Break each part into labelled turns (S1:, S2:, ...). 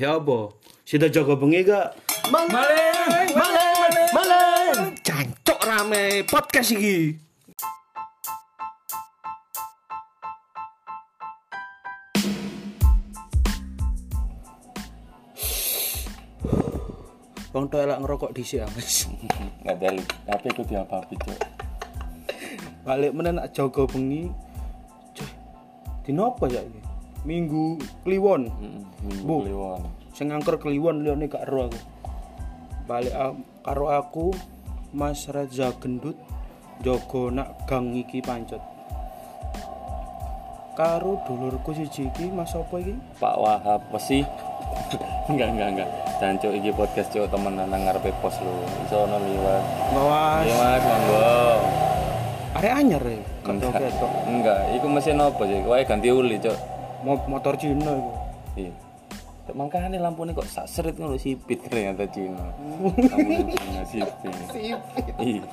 S1: 여보 시다 저거 붕이가
S2: Maleng, maleng, maleng. Cancok rame podcast iki.
S1: wong tok elak ngerokok dhisik ya, Mas.
S3: Nggak ada lu. Tapi aku tiap apa cok.
S1: Balik meneh nak jaga bengi. Cih, Dino apa ya iki? Minggu kliwon.
S3: Minggu
S1: Bu.
S3: kliwon.
S1: Sing angker kliwon liyane gak ero aku. Balik a- karo aku Mas Reza Gendut jaga nak gang iki pancet. Karo dulurku siji iki Mas apa iki?
S3: Pak Wahab mesti. enggak enggak enggak. Cancok iki podcast cok temen nang ngarepe pos lu. Iso ono liwat. Iya
S1: Ngawas.
S3: Mas, monggo.
S1: Arek anyar ya. Kata
S3: Enggak.
S1: ketok.
S3: Enggak, iku mesin apa sih? Wae ganti uli cok.
S1: Mo- Motor Cina iku.
S3: Iya. Tek mangkane lampune kok sak serit ngono sipit ternyata Cina. Lampune Cina Hmm. sipit. Iya.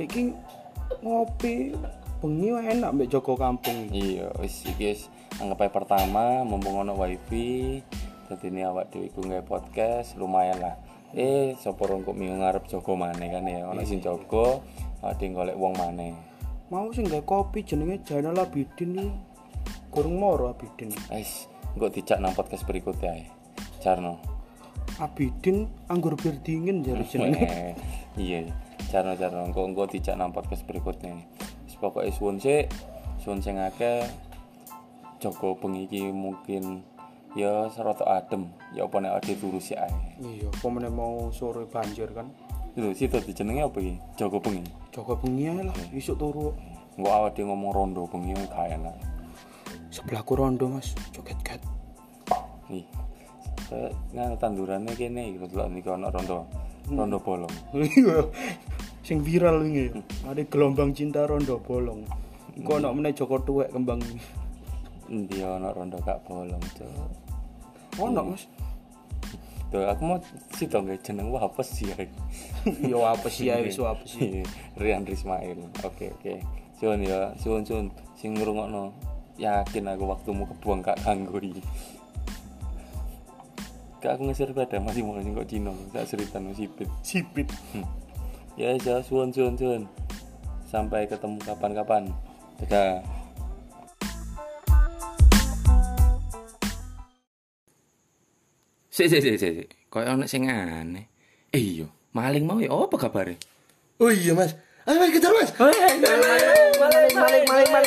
S1: Iki ngopi bengi wae enak mbek Joko Kampung iki.
S3: Iya, wis iki wis anggap ae pertama mumpung ono wifi dadi ini awak dhewe ku nggawe podcast lumayan lah. Eh, sapa rong kok minggu ngarep Joko maneh kan ya ono sing Joko, awak dhewe golek wong maneh.
S1: Mau sing gawe kopi jenenge Jainal Abidin iki. Kurang moro Abidin.
S3: Wis, engko dijak nang podcast berikutnya ae. Jarno.
S1: Abidin anggur bir dingin jare jenenge.
S3: Weh, Iya, Jarno Jarno engko engko dijak nang podcast berikutnya. Wis pokoke suwun sik, suwun sing akeh. Joko bengi iki mungkin ya serata adem, ya apa nek ade turu sik ae.
S1: Iya, pomene mau sore banjir kan.
S3: Lho, situ dijenenge apa iki? Jaga bengi.
S1: Joko bengi ae lah isuk turu.
S3: Engko awak dhewe ngomong rondo bengi gak enak.
S1: Sebelahku rondo Mas, joget-get.
S3: Nih. Kayak nganu tandurane kene iki delok niki ana rondo. Rondo bolong.
S1: Iya. sing viral wingi. Ada gelombang cinta rondo bolong. Engko ana meneh Joko tuwek kembang.
S3: Endi ana rondo gak bolong, Cuk.
S1: Ono Mas.
S3: Tuh, aku mau situ nggak jeneng wah apa sih ya? Iya,
S1: Yo apa sih ya wis apa sih.
S3: Rian Rismail. Oke oke. Suwun ya, suwun suwun. Sing ngrungokno yakin aku waktumu kebuang gak kanggo iki. Kak aku ngeser pada masih mau sing kok Cino, tak cerita no sipit.
S1: Sipit.
S3: Ya ya, suwun suwun suwun. Sampai ketemu kapan-kapan. Dadah.
S2: Sik sik sik sik. sik. Kayak ono sing aneh. Eh iya, maling mau ya apa kabare?
S4: Oh iya mas, ayo mari kejar mas.
S2: Maling, maling, maling.